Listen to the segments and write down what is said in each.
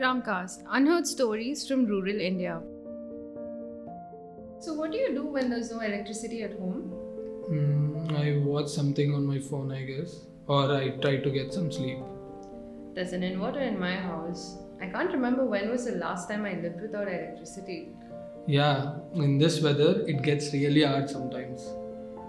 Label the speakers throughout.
Speaker 1: Gramcast, unheard stories from rural India. So, what do you do when there's no electricity at home?
Speaker 2: Mm, I watch something on my phone, I guess, or I try to get some sleep.
Speaker 1: There's an inverter in my house. I can't remember when was the last time I lived without electricity.
Speaker 2: Yeah, in this weather, it gets really hard sometimes.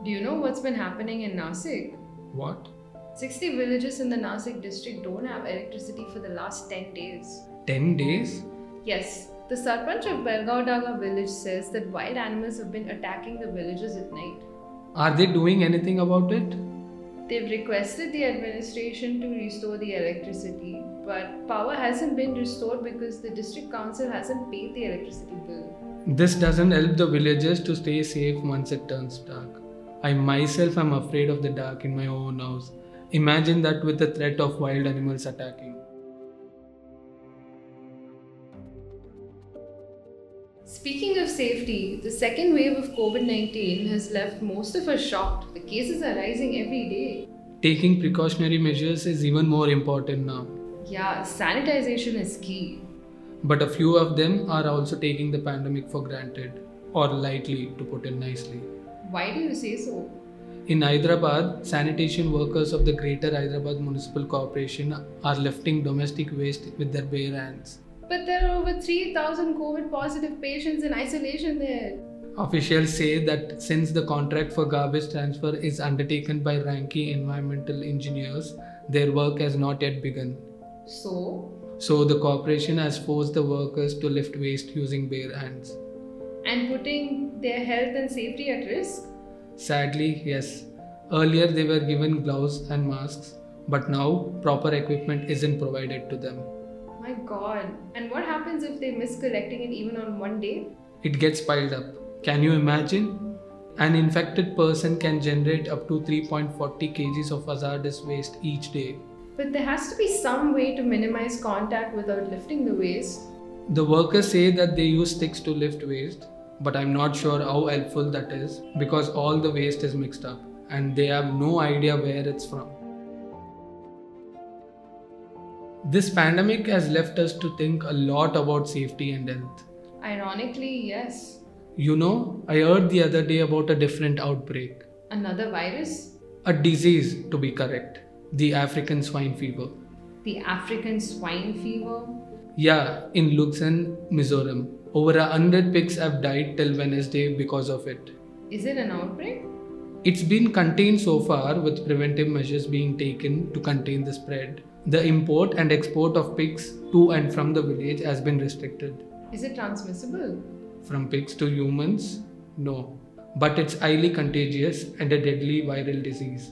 Speaker 1: Do you know what's been happening in Nasik?
Speaker 2: What?
Speaker 1: 60 villages in the Nasik district don't have electricity for the last 10 days.
Speaker 2: 10 days?
Speaker 1: Yes, the Sarpanch of Belgaodaga village says that wild animals have been attacking the villages at night.
Speaker 2: Are they doing anything about it?
Speaker 1: They've requested the administration to restore the electricity, but power hasn't been restored because the district council hasn't paid the electricity bill.
Speaker 2: This doesn't help the villagers to stay safe once it turns dark. I myself am afraid of the dark in my own house. Imagine that with the threat of wild animals attacking.
Speaker 1: Speaking of safety, the second wave of COVID 19 has left most of us shocked. The cases are rising every day.
Speaker 2: Taking precautionary measures is even more important now,
Speaker 1: Yeah, sanitization is key.
Speaker 2: but a few of them are also taking the pandemic for granted, or lightly, to put it nicely.
Speaker 1: Why do you say so?
Speaker 2: In Hyderabad, sanitation workers of the Greater Hyderabad Municipal Corporation are lifting domestic waste with their bare hands.
Speaker 1: But there are over 3,000 COVID positive patients in isolation there.
Speaker 2: Officials say that since the contract for garbage transfer is undertaken by Ranki environmental engineers, their work has not yet begun.
Speaker 1: So,
Speaker 2: So the corporation has forced the workers to lift waste using bare hands.
Speaker 1: and putting their health and safety at risk?
Speaker 2: Sadly, yes. Earlier they were given gloves and masks, but now proper equipment isn't provided to them.
Speaker 1: My god. And what happens if they miss collecting it even on one day?
Speaker 2: it gets piled up. Can you imagine? An infected person can generate up to 3.40 kgs of hazardous waste each day.
Speaker 1: But there has to be some way to minimize contact without lifting the waste.
Speaker 2: The workers say that they use sticks to lift waste, but I'm not sure how helpful that is because all the waste is mixed up and they have no idea where it's from. This pandemic has left us to think a lot about safety and health.
Speaker 1: Ironically, yes.
Speaker 2: You know, I heard the other day about a different outbreak.
Speaker 1: Another virus?
Speaker 2: a disease to be correct the african swine fever
Speaker 1: The African swine fever?
Speaker 2: yeah in luxon mizoram over a hundred pigs have died till wednesday because of it
Speaker 1: Is it an outbreak?
Speaker 2: it's been contained so far with preventive measures being taken to contain the spread the import and export of pigs to and from the village has been restricted
Speaker 1: Is it transmissible?
Speaker 2: from pigs to humans no but it's highly contagious and a deadly viral disease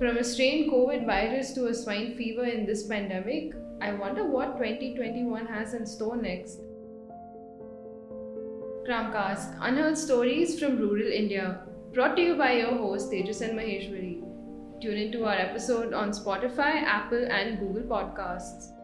Speaker 1: From a strained COVID virus to a swine fever in this pandemic, I wonder what 2021 has in store next. Cramcast Unheard Stories from Rural India, brought to you by your host Tejas and Maheshwari. Tune into our episode on Spotify, Apple, and Google Podcasts.